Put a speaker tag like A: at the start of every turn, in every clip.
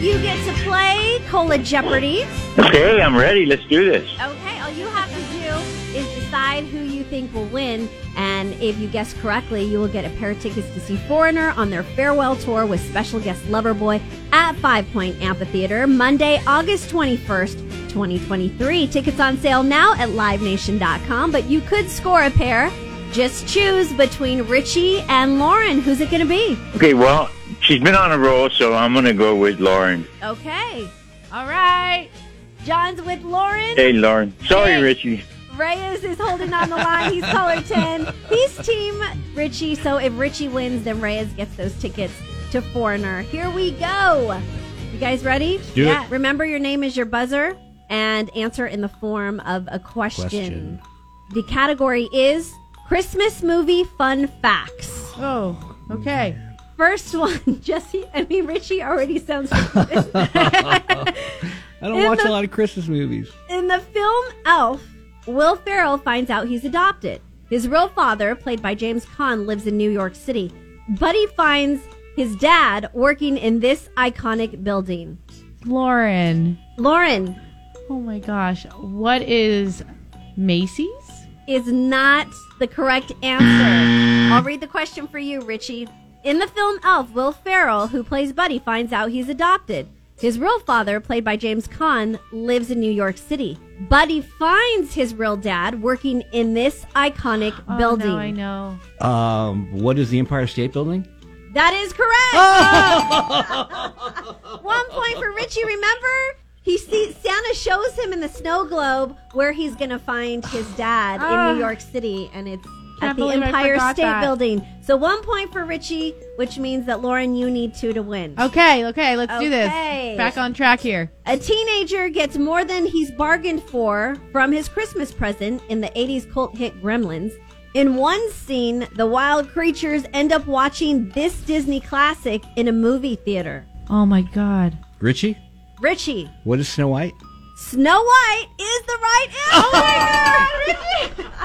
A: you get to play Cola Jeopardy.
B: Okay, I'm ready. Let's do this.
A: Okay, all you have to do is decide who you think will win, and if you guess correctly, you will get a pair of tickets to see Foreigner on their farewell tour with special guest Loverboy at Five Point Amphitheater Monday, August 21st. 2023. Tickets on sale now at livenation.com, but you could score a pair. Just choose between Richie and Lauren. Who's it going to be?
B: Okay, well, she's been on a roll, so I'm going to go with Lauren.
A: Okay. All right. John's with Lauren.
B: Hey, Lauren. Sorry,
A: Hey.
B: Richie.
A: Reyes is holding on the line. He's color 10. He's team Richie. So if Richie wins, then Reyes gets those tickets to Foreigner. Here we go. You guys ready?
C: do it.
A: yeah. Remember, your name is your buzzer and answer in the form of a question.
C: Question.
A: The category is Christmas movie fun facts.
D: Oh, okay.
A: First one, Jesse. I mean, Richie already sounds.
C: I don't
A: In
C: watch
A: the-
C: a lot of Christmas movies.
A: In the film Elf, Will Ferrell finds out he's adopted. His real father, played by James Caan, lives in New York City, but he finds his dad working in this iconic building.
D: Lauren.
A: Lauren
D: Oh my gosh. What is Macy's?
A: is not the correct answer. I'll read the question for you, Richie. In the film Elf, Will Ferrell, who plays Buddy, finds out he's adopted. His real father, played by James Caan, lives in New York City. Buddy finds his real dad working in this iconic
D: Oh,
A: building.
D: now I know.
C: Um, what is the Empire State Building?
A: That is correct. One point for Richie. Remember, he sees Santa shows him in the snow globe where he's gonna find his dad
D: Ah.
A: in New York City, and it's at
D: Can't
A: the
D: believe I
A: Empire
D: forgot
A: State
D: that.
A: Building. So one point for Richie, which means that Lauren, you need two to win.
D: Okay, okay, let's do this.
A: Okay.
D: Back on track here.
A: A teenager gets more than he's bargained for from his Christmas present in the 80s cult hit Gremlins. In one scene, the wild creatures end up watching this Disney classic in a movie theater.
D: Oh my god.
C: Richie?
A: Richie,
C: What is Snow White?
A: Snow White is the right answer.
C: Oh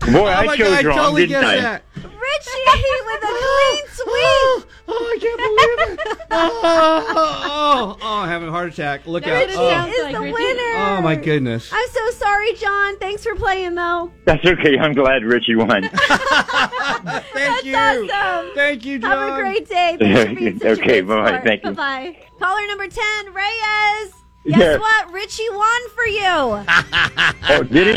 B: Boy,
C: Oh
B: I chose wrong, didn't I?
A: Richie with a clean sweep.
C: Oh, I can't believe it. Oh, oh, oh, oh, I'm having a heart attack. Look out.
D: it is.
C: Oh,
D: Sounds
A: is
D: like
A: the
D: Richie.
A: winner.
C: oh, my goodness.
A: I'm so sorry, John. Thanks for playing, though.
B: That's okay. I'm glad Richie won. Uh,
C: Thank you.
A: awesome.
C: Thank you, John.
A: Have a great day. Thanks for being such a
B: Okay,
A: good
B: bye-bye.
A: sport.
B: Thank you.
A: Bye-bye. Caller number 10, Reyes. Guess
B: Yes.
A: what? Richie won for you.
B: oh, did he?